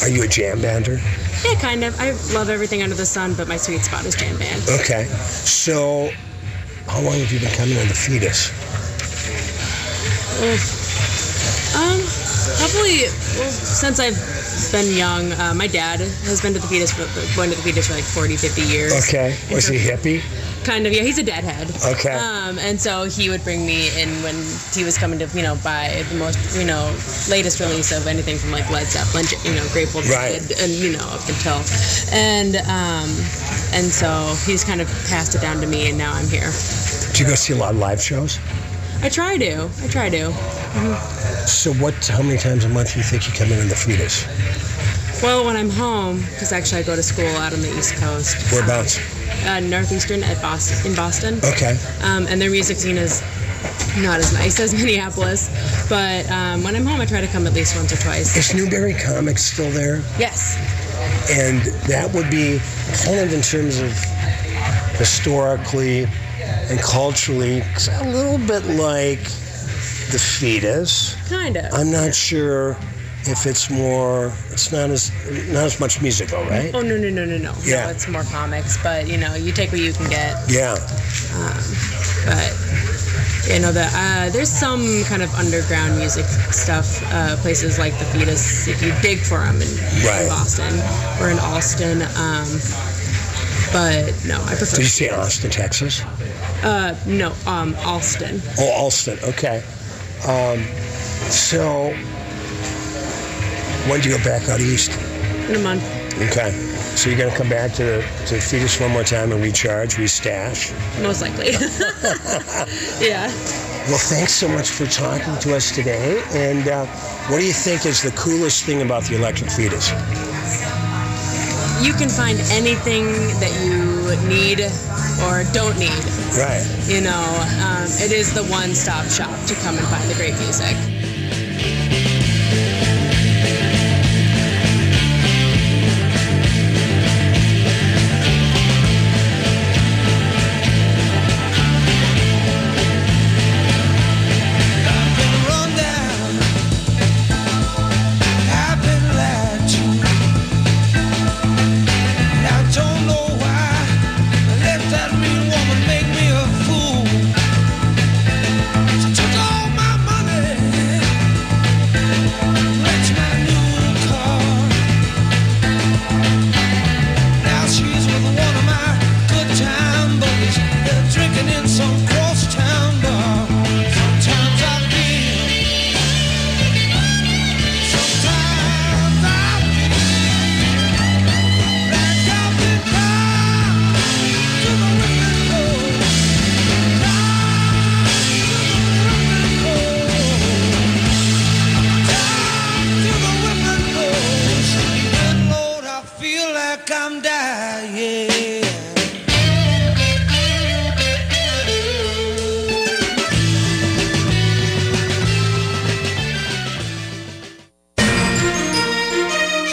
are you a jam bander? yeah, kind of. I love everything under the sun, but my sweet spot is jam band. Okay, so how long have you been coming on the fetus? Um, probably well, since I've been young, uh, my dad has been to the fetus for going to the fetus for like 40, 50 years. Okay, And was so- he hippie? Kind of, yeah. He's a deadhead. Okay. Um, and so he would bring me in when he was coming to, you know, buy the most, you know, latest release of anything from like Led Zeppelin, you know, Grateful Right. Dead, and you know, up until, and um, and so he's kind of passed it down to me, and now I'm here. Do you go see a lot of live shows? I try to. I try to. Mm-hmm. So what? How many times a month do you think you come in on the fetus? Well, when I'm home, because actually I go to school out on the East Coast. Whereabouts? Uh, Northeastern at Boston, in Boston. Okay. Um, and their music scene is not as nice as Minneapolis, but um, when I'm home, I try to come at least once or twice. Is Newberry Comics still there? Yes. And that would be kind of in terms of historically and culturally it's a little bit like the fetus. Kind of. I'm not sure if it's more. It's not as not as much music, though, right? Oh no no no no no. Yeah. No, it's more comics, but you know, you take what you can get. Yeah. Uh, but you know the, uh, there's some kind of underground music stuff uh, places like the fetus if you dig for them in, in Right. boston or in austin um, but no i prefer Did you say Austin, Texas? uh, no um, alston Oh, Alston. Okay. Um, so when do you go back out east? in a month Okay. So you're going to come back to the to fetus one more time and recharge, restash. Most likely. yeah. Well, thanks so much for talking to us today. And uh, what do you think is the coolest thing about the electric fetus? You can find anything that you need or don't need. Right. You know, um, it is the one-stop shop to come and find the great music.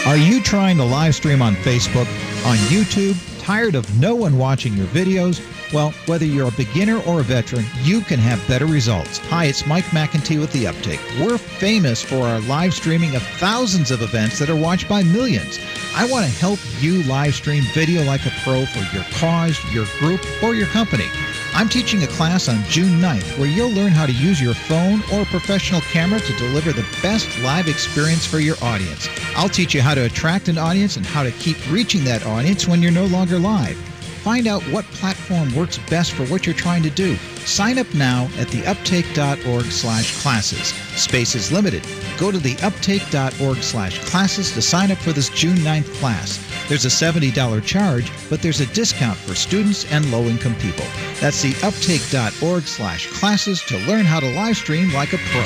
Are you trying to live stream on Facebook, on YouTube? Tired of no one watching your videos? Well, whether you're a beginner or a veteran, you can have better results. Hi, it's Mike McEntee with The Uptake. We're famous for our live streaming of thousands of events that are watched by millions. I want to help you live stream video like a pro for your cause, your group, or your company. I'm teaching a class on June 9th where you'll learn how to use your phone or professional camera to deliver the best live experience for your audience. I'll teach you how to attract an audience and how to keep reaching that audience when you're no longer live. Find out what platform works best for what you're trying to do. Sign up now at theuptake.org slash classes. Space is limited. Go to theuptake.org slash classes to sign up for this June 9th class. There's a $70 charge, but there's a discount for students and low-income people. That's theuptake.org slash classes to learn how to live stream like a pro.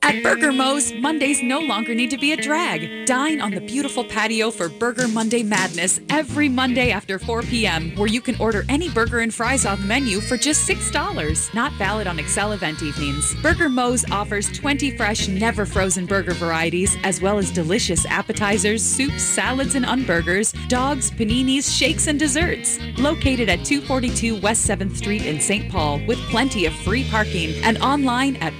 At Burger Mo's, Mondays no longer need to be a drag. Dine on the beautiful patio for Burger Monday Madness every Monday after 4 p.m., where you can order any burger and fries off menu for just $6. Not valid on Excel event evenings. Burger Mo's offers 20 fresh, never frozen burger varieties, as well as delicious appetizers, soups, salads, and unburgers, dogs, paninis, shakes, and desserts. Located at 242 West 7th Street in St. Paul, with plenty of free parking, and online at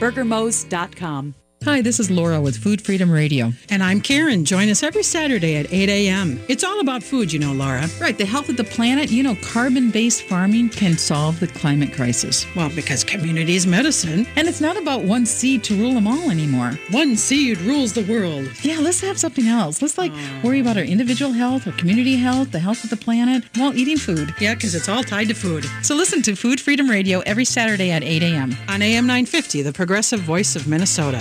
burgermos.com. Hi, this is Laura with Food Freedom Radio. And I'm Karen. Join us every Saturday at 8 a.m. It's all about food, you know, Laura. Right, the health of the planet. You know, carbon based farming can solve the climate crisis. Well, because community is medicine. And it's not about one seed to rule them all anymore. One seed rules the world. Yeah, let's have something else. Let's like worry about our individual health, our community health, the health of the planet while eating food. Yeah, because it's all tied to food. So listen to Food Freedom Radio every Saturday at 8 a.m. on AM 950, the progressive voice of Minnesota.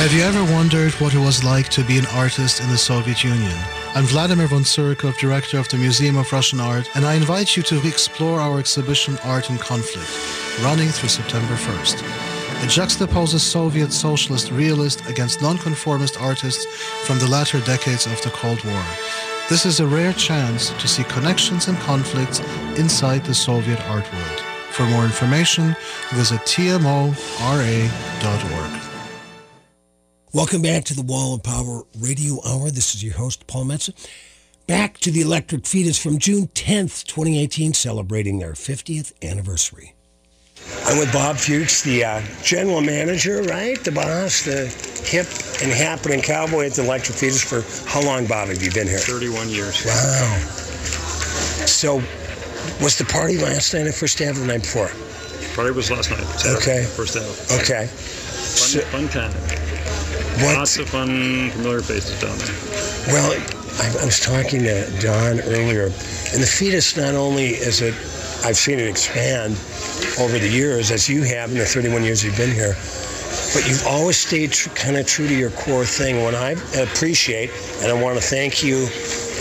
Have you ever wondered what it was like to be an artist in the Soviet Union? I'm Vladimir von Surikov, director of the Museum of Russian Art, and I invite you to explore our exhibition Art in Conflict, running through September 1st. It juxtaposes Soviet socialist realists against nonconformist artists from the latter decades of the Cold War. This is a rare chance to see connections and conflicts inside the Soviet art world. For more information, visit tmora.org. Welcome back to the Wall of Power Radio Hour. This is your host, Paul Metz. Back to the Electric Fetus from June 10th, 2018, celebrating their 50th anniversary. I'm with Bob Fuchs, the uh, general manager, right? The boss, the hip and happening cowboy at the Electric Fetus for how long, Bob, have you been here? 31 years. Wow. So, was the party last night or first day of the night before? Probably was last night. Saturday, Okay. First out. Okay. Fun, fun time. What- Lots of fun, familiar faces down there. Well, I, I was talking to Don earlier, and the fetus not only is it, I've seen it expand over the years, as you have in the 31 years you've been here, but you've always stayed tr- kind of true to your core thing. What I appreciate, and I want to thank you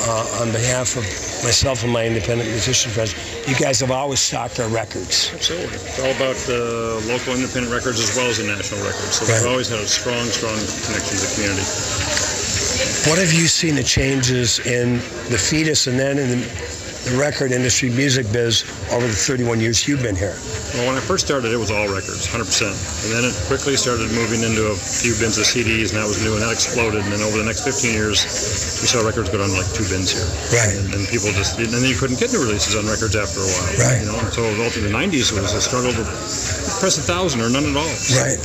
uh, on behalf of myself and my independent musician friends, you guys have always stocked our records. Absolutely. It's all about the local independent records as well as the national records. So Right. we've always had a strong, strong connection to the community. What have you seen the changes in the fetus and then in the, the record industry, music biz, over the 31 years you've been here? Well, when I first started, it was all records, 100%. And then it quickly started moving into a few bins of CDs, and that was new, and that exploded. And then over the next 15 years, we saw records go down to like two bins here. Right. And, and people just, and then you couldn't get new releases on records after a while. Right. You know, and so ultimately the 90s was a struggle to press a thousand or none at all. Right.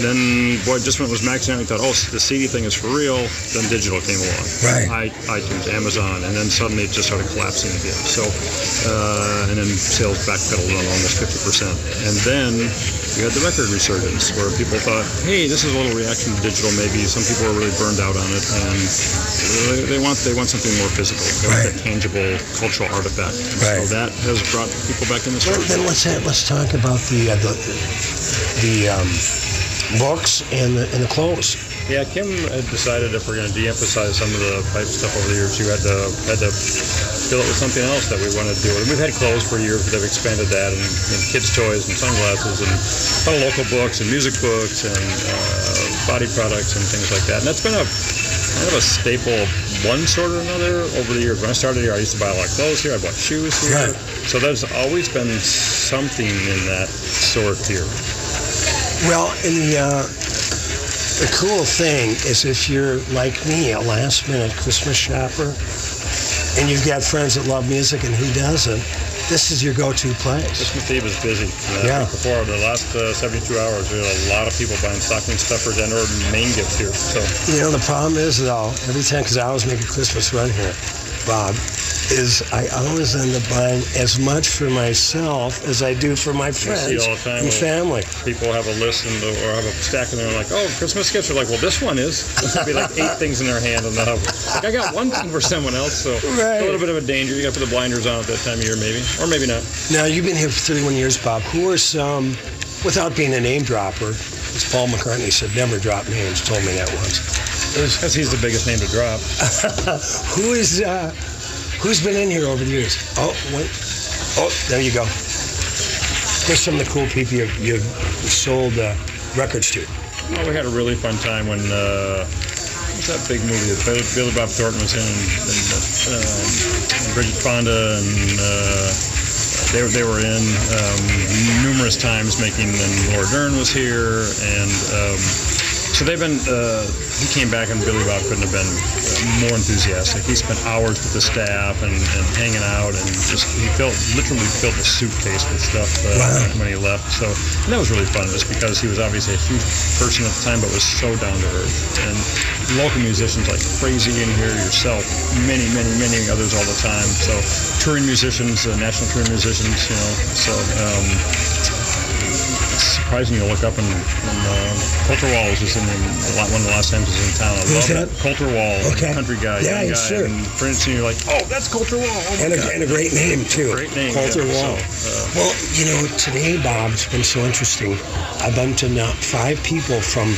Then, boy, just when it was maxing out, we thought, oh, the CD thing is for real. Then digital came along. Right. I, iTunes, Amazon, and then suddenly it just started collapsing again. So, uh, and then sales backpedaled on almost 50%. And then you had the record resurgence where people thought, hey, this is a little reaction to digital maybe. Some people are really burned out on it and they, they want they want something more physical. They want that tangible cultural artifact. And Right. So that has brought people back in the Well, store. then let's let's talk about the uh, the the um, books and the and the clothes. Yeah, Kim had decided if we're going to de-emphasize some of the pipe stuff over the years, you had to had to fill it with something else that we wanted to do. And we've had clothes for years, but they've expanded that and, and kids' toys and sunglasses and a lot of local books and music books and uh, body products and things like that. And that's been a kind of a staple of one sort or another over the years. When I started here, I used to buy a lot of clothes here. I bought shoes here. So there's always been something in that sort here. Well, and the uh, the cool thing is if you're like me, a last minute Christmas shopper, and you've got friends that love music and who doesn't, this is your go to place. Christmas Eve is busy. Uh, Yeah. Before the last uh, 72 hours, we had a lot of people buying stocking stuffers and or main gifts here. So You know, the problem is though, every time, because I always make a Christmas run here, Bob, is I always end up buying as much for myself as I do for my you see friends it all the time. and family. People have a list and or have a stack and they're like, oh, Christmas gifts. are like, well, this one is. There'll be like eight things in their hand and they'll have, like, I got one thing for someone else. So it's a Right. little bit of a danger. You got to put the blinders on at that time of year maybe. Or maybe not. Now, you've been here for 31 years, Bob. Who are some, without being a name dropper, as Paul McCartney said, never drop names, told me that once. Because he's the biggest name to drop. who is, uh, who's been in here over the years? Oh, wait. Oh, there you go. Who's some of the cool people you've, you've sold uh, records to? Well, we had a really fun time when uh, what's that big movie that Billy, Billy Bob Thornton was in, and, uh, um, Bridget Fonda, and uh, they were they were in um, numerous times making, and Laura Dern was here, and um, so they've been. Uh, he came back, and Billy Bob couldn't have been uh, more enthusiastic. He spent hours with the staff and, and hanging out, and just he felt literally filled a suitcase with stuff uh, Wow. when he left. So and that was really fun, just because he was obviously a huge person at the time, but was so down to earth. And local musicians like crazy in here yourself, many, many, many others all the time. So touring musicians, uh, national touring musicians, you know. So um, it's surprising you look up and, and uh, Coulter Wall was just in a lot, one of the last times he was in town. I love Who's that? it. Coulter Wall, Okay. country guy, Yeah, young guy, sure. and for instance, you're like, oh, that's Coulter Wall. Oh my and, God. a, and a great name too. Great name, Coulter yeah, Wall. so, uh, well, you know, today Bob's been so interesting. I bumped into now five people from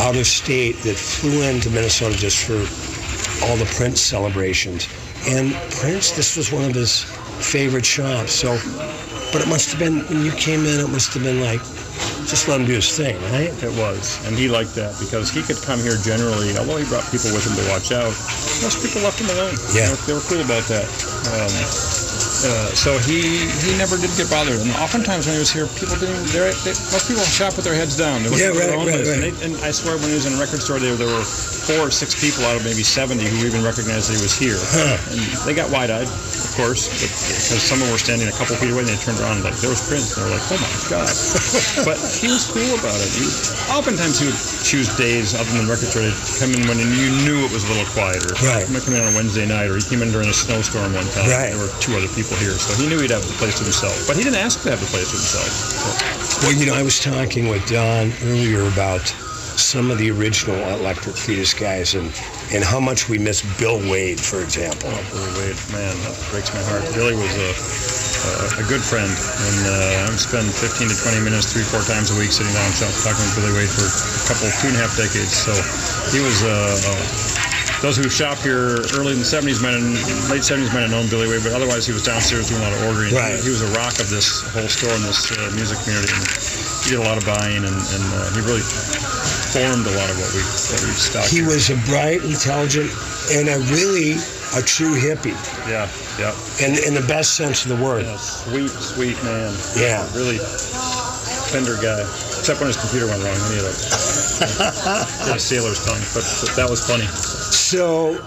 out of state that flew into Minnesota just for all the Prince celebrations. And Prince, this was one of his favorite shops. So, but it must have been when you came in, it must have been like, just let him do his thing, right? It was, and he liked that because he could come here generally. Although he brought people with him to watch out, most people left him alone. Yeah. they were, they were cool about that. Um, Uh, so he he never did get bothered. And oftentimes when he was here, people didn't. they're- They, most people shop with their heads down. They Yeah, were their right, own right, list. right. And, they, and I swear, when he was in a record store, there there were four or six people out of maybe seventy who even recognized that he was here. And they got wide-eyed, of course, but- because some of them were standing a couple feet away, and they turned around and like there was Prince. And they were like, oh my god. but he was cool about it. He, oftentimes he would choose days other than record store to come in when you knew it was a little quieter. He Right. might come in on a Wednesday night, or he came in during a snowstorm one time. Right. There were two other people here, so he knew he'd have the place to himself. But he didn't ask to have the place to himself. Well, you know, I was talking with Don earlier about some of the original Electric Fetus guys and, and how much we miss Bill Wade, for example. Billy Wade, man, that breaks my heart. Billy was a, a, a good friend, and uh, I would spend 15 to 20 minutes, three, four times a week, sitting down and talking with Billy Wade for a couple, two and a half decades. So he was. Uh, uh, those who shop here early in the 70s might have, late 70s might have known Billy Wade, but otherwise he was downstairs doing a lot of ordering. Right. He was a rock of this whole store and this uh, music community. And he did a lot of buying, and, and uh, he really formed a lot of what we what we stocked. He was a bright, intelligent, and a really a true hippie. Yeah, yeah. In, in the best sense of the word. Sweet, sweet man. Yeah. Really tender guy. Except when his computer went wrong, then he had a, he had a sailor's tongue. But, but that was funny. So,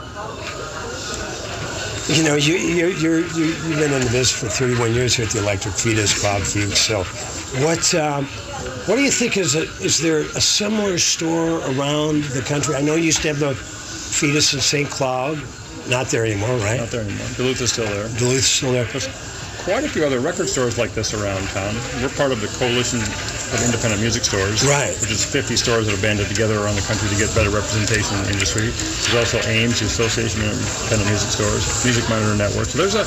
you know, you, you, you're, you, you've been in the business for 31 years here at the Electric Fetus, Bob Fuchs. So, what um, what do you think is a, is there a similar store around the country? I know you used to have the Fetus in St. Cloud. Not there anymore, right? Not there anymore. Duluth is still there. Duluth's still there. Quite a few other record stores like this around town. We're part of the coalition of independent music stores, Right. Which is 50 stores that have banded together around the country to get better representation in the industry. There's also AIMS, the Association of Independent Music Stores, Music Monitor Network. So there's a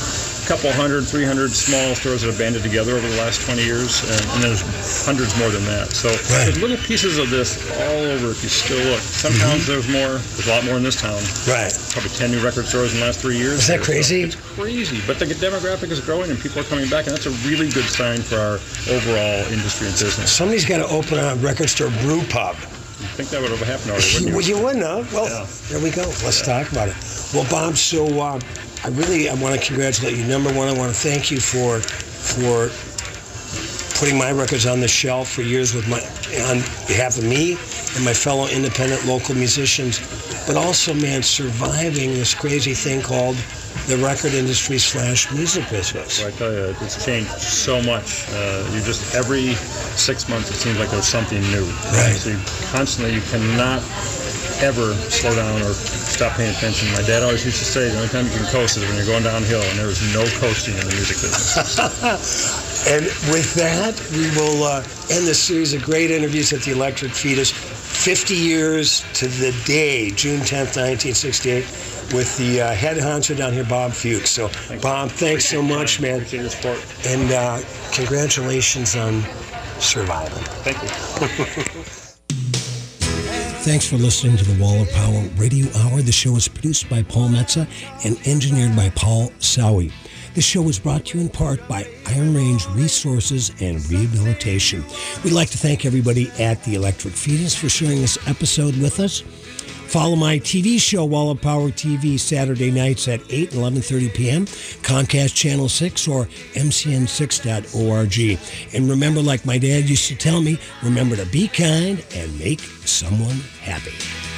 couple hundred, 300 small stores that have banded together over the last 20 years, and, and there's hundreds more than that. So there's little pieces of this all over. If you still look, some towns there's more. There's a lot more in this town. Mm-hmm. Right. Probably 10 new record stores in the last three years. Is that here. So crazy? it's crazy, but the demographic is growing and people are coming back, and that's a really good sign for our overall industry and business. Somebody's got to open a record store brew pub. I think that would have happened already, wouldn't you? Well, you wouldn't have. Well, there we go. Let's talk about it. Well, Bob, so uh, I really I want to congratulate you. Number one, I want to thank you for for putting my records on the shelf for years with my on behalf of me and my fellow independent local musicians, but also, man, surviving this crazy thing called the record industry slash music business. Well, I tell you, it's changed so much. Uh, you just every six months, it seems like there's something new. Right. So you constantly, you cannot ever slow down or stop paying attention. My dad always used to say, the only time you can coast is when you're going downhill, and there's no coasting in the music business. and with that, we will uh, end this series of great interviews at the Electric Fetus. 50 years to the day, June 10th, 1968, with the uh, head honcho down here, Bob Fuchs. So, Bob, thanks so much, man. And uh, congratulations on surviving. Thank you. Thanks for listening to the Wall of Power Radio Hour. The show is produced by Paul Metza and engineered by Paul Sowie. The show is brought to you in part by Iron Range Resources and Rehabilitation. We'd like to thank everybody at the Electric Fetus for sharing this episode with us. Follow my TV show, Wall of Power TV, Saturday nights at 8 and 11.30 p.m., Comcast Channel 6 or mcn6.org. And remember, like my dad used to tell me, remember to be kind and make someone happy.